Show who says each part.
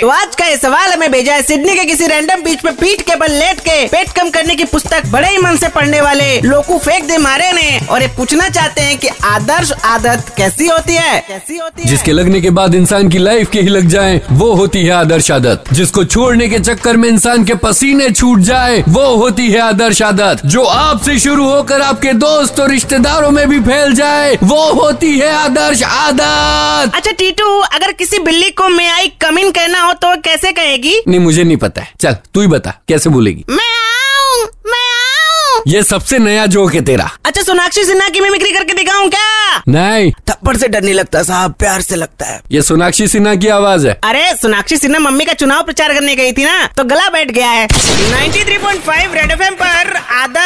Speaker 1: तो आज का ये सवाल हमें भेजा है सिडनी के किसी रैंडम बीच पे पीठ के बल लेट के पेट कम करने की पुस्तक बड़े ही मन से पढ़ने वाले लोकू फेंक दे मारे ने और ये पूछना चाहते हैं कि आदर्श आदत कैसी होती है कैसी होती है
Speaker 2: जिसके लगने के बाद इंसान की लाइफ के ही लग जाए वो होती है आदर्श आदत जिसको छोड़ने के चक्कर में इंसान के पसीने छूट जाए वो होती है आदर्श आदत जो आपसे शुरू होकर आपके दोस्त और रिश्तेदारों में भी फैल जाए वो होती है आदर्श आदत
Speaker 1: अच्छा टीटू अगर किसी बिल्ली को मैं आई कमिन कहना हो तो कैसे कहेगी
Speaker 2: नहीं मुझे नहीं पता है चल तू ही बता कैसे बोलेगी
Speaker 1: मैं आऊं मैं आऊं
Speaker 2: ये सबसे नया जोक है तेरा
Speaker 1: अच्छा सोनाक्षी सिन्हा की मिमिक्री करके दिखाऊं क्या
Speaker 2: नहीं
Speaker 1: थप्पड़ से डर नहीं लगता साहब प्यार से लगता है
Speaker 2: ये सोनाक्षी सिन्हा की आवाज है
Speaker 1: अरे सोनाक्षी सिन्हा मम्मी का चुनाव प्रचार करने गई थी ना तो गला बैठ गया है
Speaker 3: 93.5 रेड एफएम पर आदर्श